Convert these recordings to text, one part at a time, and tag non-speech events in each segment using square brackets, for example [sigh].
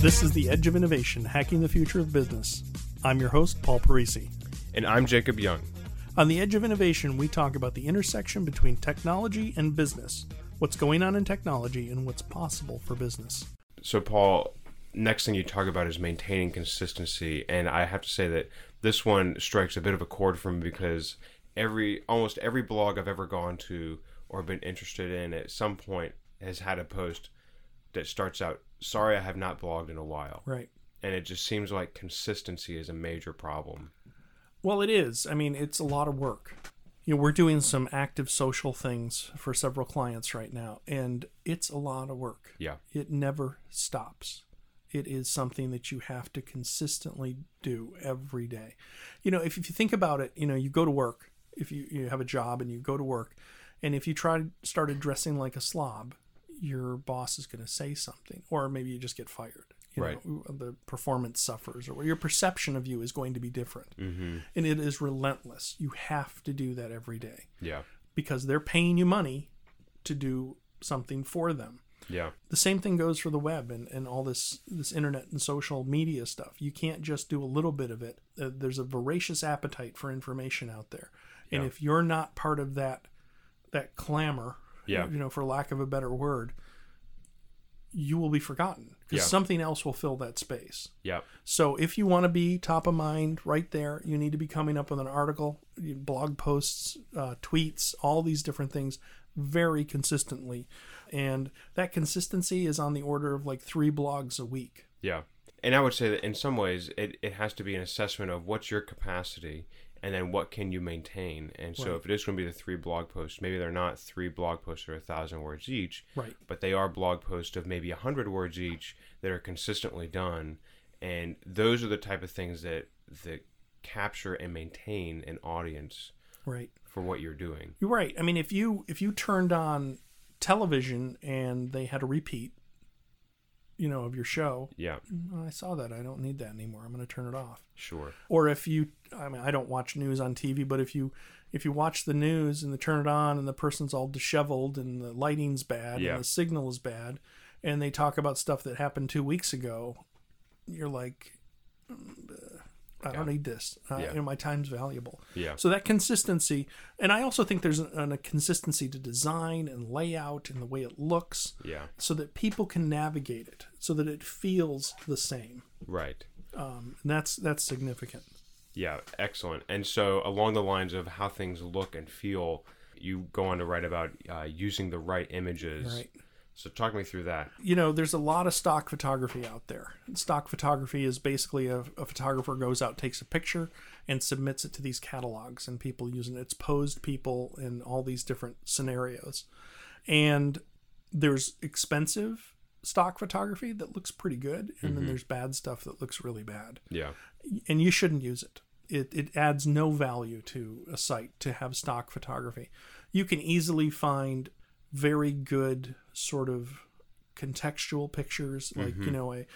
This is The Edge of Innovation Hacking the Future of Business. I'm your host, Paul Parisi. And I'm Jacob Young. On The Edge of Innovation, we talk about the intersection between technology and business, what's going on in technology, and what's possible for business. So, Paul, next thing you talk about is maintaining consistency. And I have to say that this one strikes a bit of a chord for me because every almost every blog I've ever gone to or been interested in at some point has had a post that starts out, Sorry, I have not blogged in a while. Right. And it just seems like consistency is a major problem. Well, it is. I mean, it's a lot of work. You know, we're doing some active social things for several clients right now, and it's a lot of work. Yeah. It never stops. It is something that you have to consistently do every day. You know, if, if you think about it, you know, you go to work, if you, you have a job and you go to work, and if you try to start dressing like a slob, your boss is going to say something, or maybe you just get fired. You Right. Know, the performance suffers, or your perception of you is going to be different. And it is relentless. You have to do that every day Yeah. because they're paying you money to do something for them. Yeah. The same thing goes for the web and, and all this this internet and social media stuff. You can't just do a little bit of it. Uh, There's a voracious appetite for information out there, and Yeah. if you're not part of that that clamor, Yeah. you know, for lack of a better word, you will be forgotten because Yeah. something else will fill that space. Yeah. So if you want to be top of mind right there, you need to be coming up with an article, blog posts, uh, tweets, all these different things very consistently. And that consistency is on the order of like three blogs a week. Yeah. And I would say that in some ways it, it has to be an assessment of what's your capacity and then what can you maintain. And so Right. if it is going to be the three blog posts, maybe they're not three blog posts that are a thousand words each, Right. but they are blog posts of maybe a hundred words each that are consistently done. And those are the type of things that that capture and maintain an audience Right. for what you're doing. You're right. I mean, if you if you turned on television and they had a repeat, you know, of your show, Yeah, "Mm, I saw that. I don't need that anymore. I'm going to turn it off. sure. or if you i mean i don't watch news on tv but if you if you watch the news and they turn it on and the person's all disheveled and the lighting's bad Yeah. and the signal is bad and they talk about stuff that happened two weeks ago you're like "Mm, uh, i don't Yeah. need this uh, Yeah. you know, my time's valuable Yeah. so that consistency and i also think there's an, a consistency to design and layout and the way it looks Yeah. so that people can navigate it so that it feels the same Right. um, and that's that's significant Yeah, excellent. And so, along the lines of how things look and feel, you go on to write about uh, using the right images. Right. So, talk me through that. you know, there's a lot of stock photography out there. Stock photography is basically a, a photographer goes out, takes a picture, and submits it to these catalogs, and people using it. It's posed people in all these different scenarios. And there's expensive stock photography that looks pretty good, and then there's bad stuff that looks really bad. Yeah. And you shouldn't use it. It, it adds no value to a site to have stock photography. You can easily find very good sort of contextual pictures like you know a,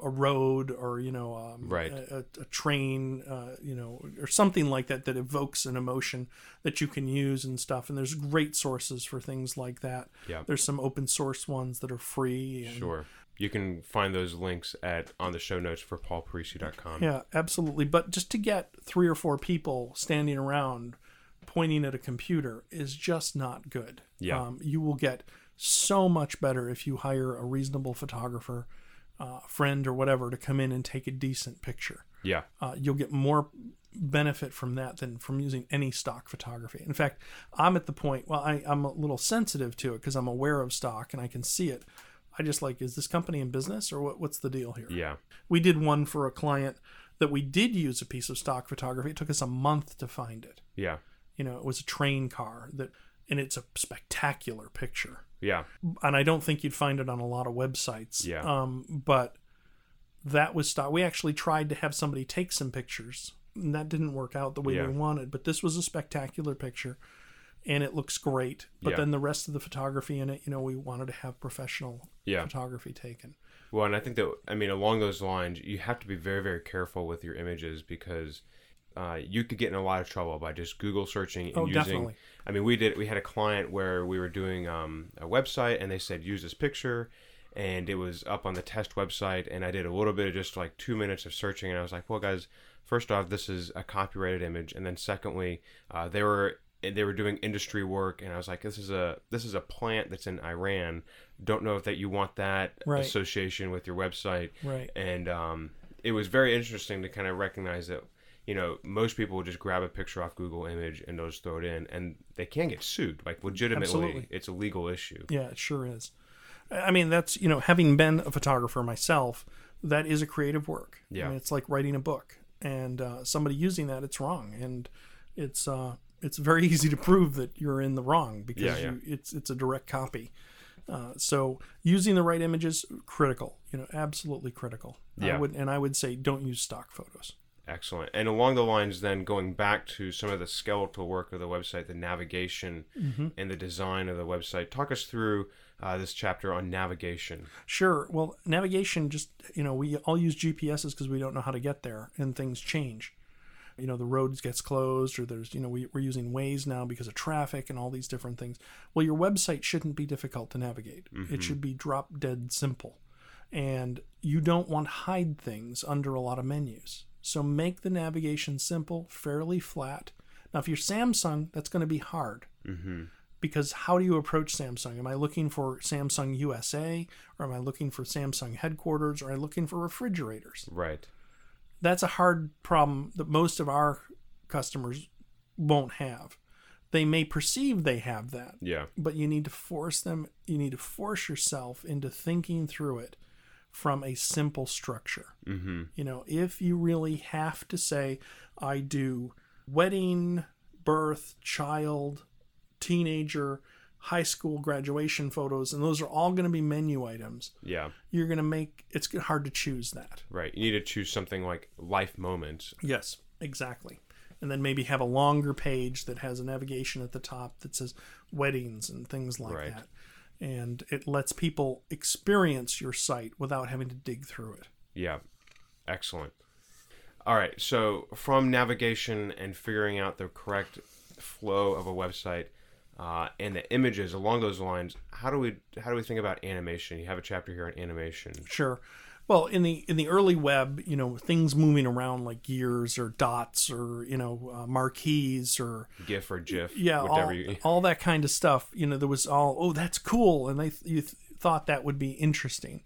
a road or you know um, Mm-hmm. Right. a, a, a train uh, you know or something like that that evokes an emotion that you can use and stuff and there's great sources for things like that Yeah. there's some open source ones that are free and Sure. You can find those links at on the show notes for paulparisi.com. Yeah, absolutely. But just to get three or four people standing around pointing at a computer is just not good. Yeah. Um, you will get so much better if you hire a reasonable photographer, uh, friend, or whatever to come in and take a decent picture. Yeah. Uh, you'll get more benefit from that than from using any stock photography. In fact, I'm at the point, well, I, I'm a little sensitive to it because I'm aware of stock and I can see it. I just like, is this company in business or what, what's the deal here? Yeah. We did one for a client that we did use a piece of stock photography. It took us a month to find it. Yeah. You know, it was a train car that, and it's a spectacular picture. Yeah. And I don't think you'd find it on a lot of websites. Yeah. Um, but that was stock. We actually tried to have somebody take some pictures, and that didn't work out the way Yeah. we wanted. But this was a spectacular picture, and it looks great. But Yeah. then the rest of the photography in it, you know, we wanted to have professional Yeah. photography taken. Well, and I think that I mean along those lines, you have to be very, very careful with your images because uh, you could get in a lot of trouble by just Google searching and Oh, using. definitely. I mean, we did. We had a client where we were doing um, a website, and they said use this picture, and it was up on the test website and i did a little bit of just like two minutes of searching and i was like well guys first off this is a copyrighted image and then secondly uh, they were they were doing industry work and i was like this is a this is a plant that's in iran don't know if that you want that Right. association with your website Right. and um, it was very interesting to kind of recognize that you know most people will just grab a picture off google image and they'll just throw it in and they can get sued like legitimately Absolutely. it's a legal issue Yeah, it sure is. I I mean, that's you know, having been a photographer myself, that is a creative work. I Yeah. mean, it's like writing a book, and uh, somebody using that, it's wrong, and it's uh, it's very [laughs] easy to prove that you're in the wrong because Yeah, yeah. You, it's it's a direct copy. Uh, so using the right images, critical. You know, absolutely critical. I Yeah. would, and I would say don't use stock photos. Excellent. And along the lines, then going back to some of the skeletal work of the website, the navigation and the design of the website, talk us through uh, this chapter on navigation. Sure. Well, navigation just, you know, we all use GPSs because we don't know how to get there and things change. You know, the road gets closed or there's, you know, we, we're using Waze now because of traffic and all these different things. Well, your website shouldn't be difficult to navigate, it should be drop dead simple. And you don't want to hide things under a lot of menus. So make the navigation simple, fairly flat. Now, if you're Samsung, that's going to be hard because how do you approach Samsung? Am I looking for Samsung USA or am I looking for Samsung headquarters or am I looking for refrigerators? Right. That's a hard problem that most of our customers won't have. They may perceive they have that, Yeah. but you need to force them, you need to force yourself into thinking through it from a simple structure. hmm You know, if you really have to say, I do wedding, birth, child, teenager, high school graduation photos, and those are all going to be menu items, Yeah. you're going to make it's hard to choose that. Right. You need to choose something like life moments. Yes, exactly. And then maybe have a longer page that has a navigation at the top that says weddings and things like Right. that. And it lets people experience your site without having to dig through it. Yeah. Excellent. All right. So, from navigation and figuring out the correct flow of a website uh, and the images along those lines, how do we how do we think about animation? You have a chapter here on animation. Sure. Well, in the in the early web, you know, things moving around like gears or dots or you know uh, marquees or GIF or GIF, yeah, whatever all, you. [laughs] all that kind of stuff. You know, there was all oh that's cool, and they th- you th- thought that would be interesting.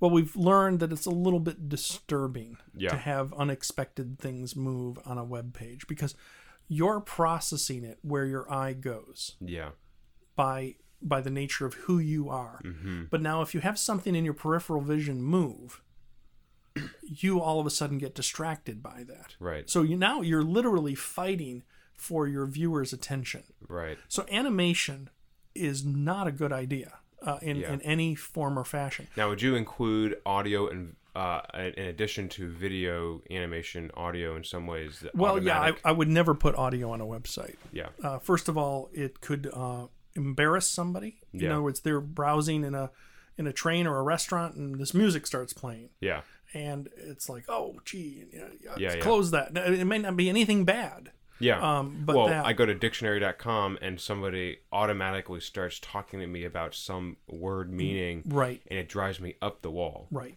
Well, we've learned that it's a little bit disturbing Yeah. to have unexpected things move on a web page because you're processing it where your eye goes [laughs] Yeah, by by the nature of who you are. But now if you have something in your peripheral vision move, [clears throat] you all of a sudden get distracted by that. right, So you now you're literally fighting for your viewer's attention. right. So animation is not a good idea uh, in, Yeah. in any form or fashion. Now, would you include audio and uh, in addition to video animation, audio in some ways? the Well, yeah, I, automatic- I would never put audio on a website. yeah, uh, first of all, it could uh, embarrass somebody. In Yeah. other words, they're browsing in a in a train or a restaurant, and this music starts playing, yeah, and it's like, oh, gee, you know, Yeah, yeah. close that. Now, It may not be anything bad. yeah. Um, but well, that- I go to dictionary.com and somebody automatically starts talking to me about some word meaning, Right, and it drives me up the wall. right.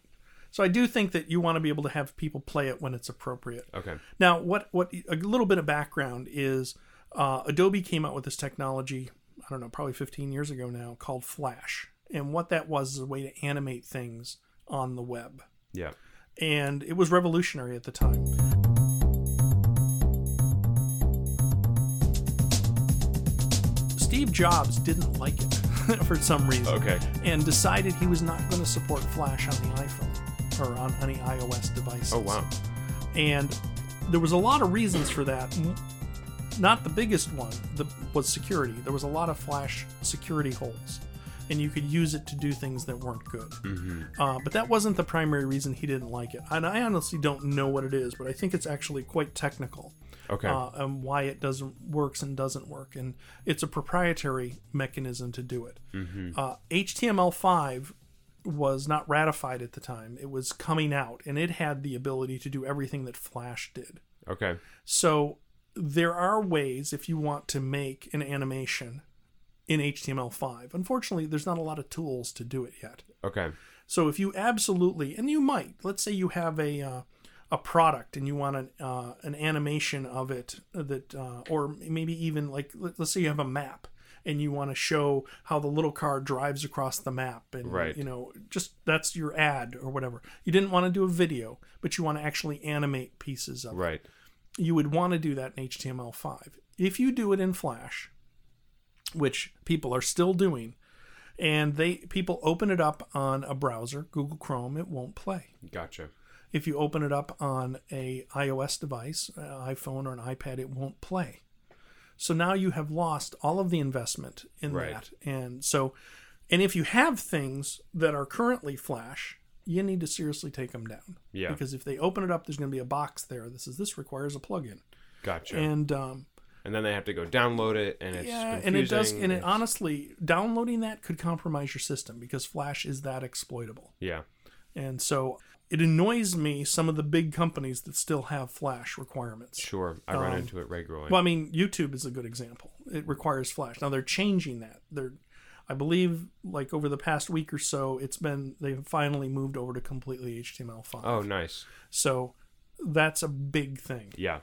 So I do think that you want to be able to have people play it when it's appropriate. Okay, Now, what what a little bit of background is uh, Adobe came out with this technology. I don't know, probably 15 years ago now, called Flash, and what that was is a way to animate things on the web. yeah, and it was revolutionary at the time. Steve Jobs didn't like it [laughs] for some reason okay, and decided he was not going to support Flash on the iPhone or on any iOS devices. oh wow, And there was a lot of reasons for that. N- Not the biggest one the, was security. There was a lot of Flash security holes, and you could use it to do things that weren't good. Uh, but that wasn't the primary reason he didn't like it. And I honestly don't know what it is, but I think it's actually quite technical okay, uh, and why it doesn't works and doesn't work. And it's a proprietary mechanism to do it. Uh, HTML5 was not ratified at the time. It was coming out, and it had the ability to do everything that Flash did. okay, So there are ways if you want to make an animation in HTML5. Unfortunately, there's not a lot of tools to do it yet. Okay. So if you absolutely, and you might, let's say you have a uh, a product and you want an uh, an animation of it that, uh, or maybe even like let- let's say you have a map and you want to show how the little car drives across the map and Right. you know just that's your ad or whatever. You didn't want to do a video, but you want to actually animate pieces of it Right. you would want to do that in HTML5. If you do it in Flash, which people are still doing, and they people open it up on a browser, Google Chrome, it won't play. Gotcha. If you open it up on a iOS device, uh, iPhone or an iPad, it won't play. So now you have lost all of the investment in Right. that. And so and if you have things that are currently Flash, you need to seriously take them down. Yeah. Because if they open it up, there's going to be a box there. This is this requires a plugin Gotcha. And, and um, then they have to go download it, and it's yeah, confusing. and it does, and it it's- honestly, downloading that could compromise your system because Flash is that exploitable, yeah. and so it annoys me some of the big companies that still have Flash requirements. Sure. I run Um, into it regularly. Well, I mean, YouTube is a good example. It requires Flash. Now they're changing that. They're, I believe, like over the past week or so, it's been they've finally moved over to completely HTML5. oh, nice. So that's a big thing. Yeah.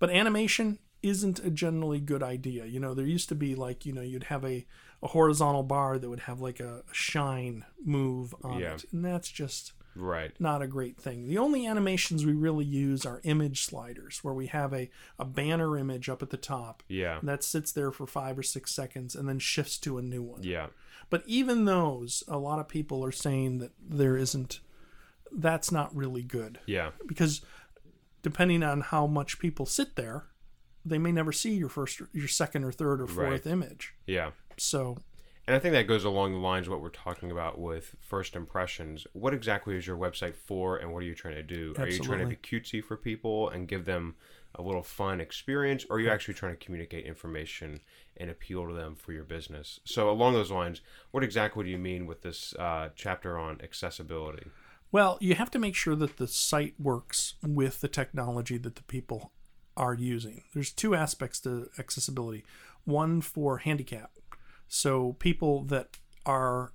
but animation isn't a generally good idea you know there used to be like you know you'd have a, a horizontal bar that would have like a shine move on Yeah. it and that's just Right. not a great thing the only animations we really use are image sliders where we have a, a banner image up at the top Yeah. that sits there for five or six seconds and then shifts to a new one Yeah. but even those a lot of people are saying that there isn't that's not really good Yeah. because depending on how much people sit there, they may never see your first, your second, or third, or fourth Right. image. Yeah. So And I think that goes along the lines of what we're talking about with first impressions. What exactly is your website for, and what are you trying to do? Are you trying to Absolutely. be cutesy for people and give them a little fun experience, or are you actually trying to communicate information and appeal to them for your business? So, along those lines, what exactly do you mean with this uh, chapter on accessibility? Well, you have to make sure that the site works with the technology that the people are using. There's two aspects to accessibility one for handicap, so people that are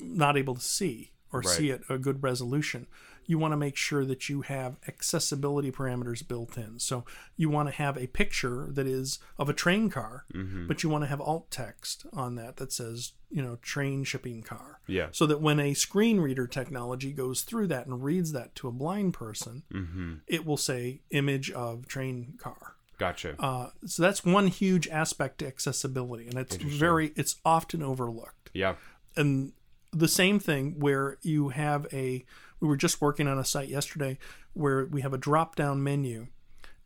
not able to see or Right. see at a good resolution. You want to make sure that you have accessibility parameters built in. So you want to have a picture that is of a train car, but you want to have alt text on that that says, you know, train shipping car Yeah. so that when a screen reader technology goes through that and reads that to a blind person, it will say image of train car. Gotcha. Uh, so that's one huge aspect to accessibility, and it's very it's often overlooked. yeah. And the same thing where you have a we were just working on a site yesterday where we have a drop down menu,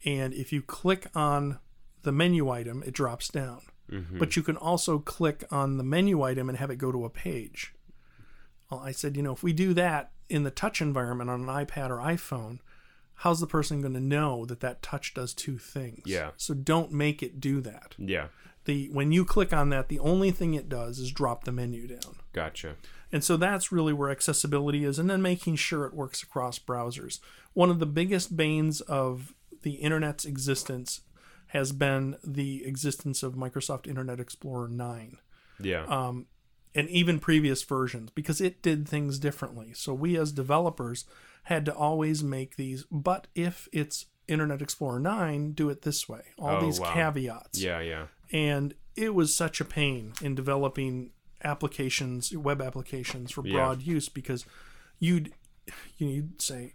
and if you click on the menu item, it drops down. But you can also click on the menu item and have it go to a page. Well, I said, you know, if we do that in the touch environment on an iPad or iPhone, how's the person going to know that that touch does two things? Yeah. So don't make it do that. Yeah. The when you click on that, the only thing it does is drop the menu down. Gotcha. And so that's really where accessibility is, and then making sure it works across browsers. One of the biggest banes of the internet's existence has been the existence of Microsoft Internet Explorer 9 Yeah. uh, and even previous versions because it did things differently. So we as developers had to always make these, but if it's Internet Explorer 9, do it this way. All Oh, these wow. caveats yeah. Yeah. and it was such a pain in developing applications web applications for Yeah. broad use because you'd you know, you'd say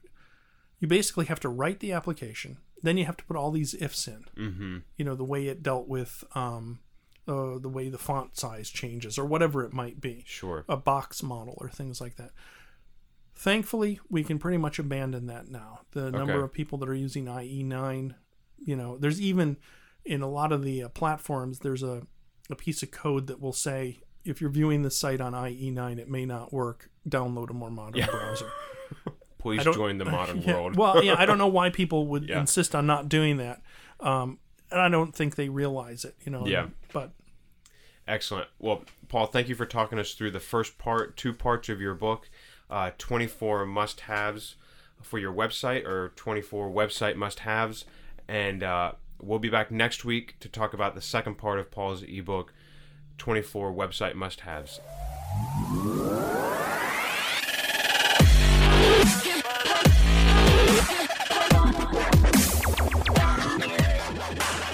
you basically have to write the application then you have to put all these ifs in Mm-hmm. you know the way it dealt with um, uh, the way the font size changes or whatever it might be Sure. a box model or things like that thankfully we can pretty much abandon that now the number Okay. of people that are using ie9 you know there's even in a lot of the uh, platforms there's a, a piece of code that will say if you're viewing the site on ie9 it may not work download a more modern [laughs] browser Please don't- [laughs] join the modern Yeah, world. well yeah i don't know why people would Yeah. insist on not doing that um, and i don't think they realize it you know Yeah. but Excellent. Well, Paul, thank you for talking us through the first part, two parts of your book, uh, 24 must haves for your website or 24 website must haves. And uh, we'll be back next week to talk about the second part of Paul's ebook, 24 website must haves.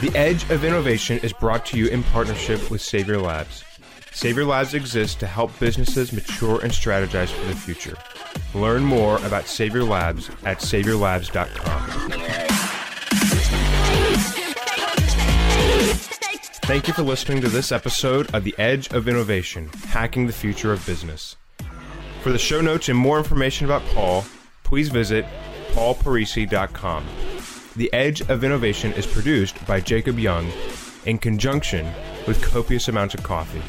The Edge of Innovation is brought to you in partnership with Savior Labs. Savior Labs exists to help businesses mature and strategize for the future. Learn more about Savior Labs at saviorlabs.com. Thank you for listening to this episode of The Edge of Innovation Hacking the Future of Business. For the show notes and more information about Paul, please visit paulparisi.com. The Edge of Innovation is produced by Jacob Young in conjunction with copious amounts of coffee.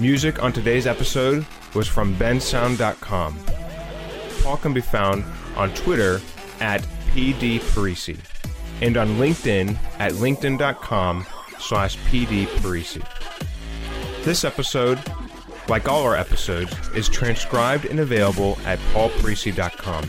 Music on today's episode was from bensound.com. Paul can be found on Twitter at pdparisi and on LinkedIn at linkedin.com slash pdparisi. This episode, like all our episodes, is transcribed and available at paulparisi.com.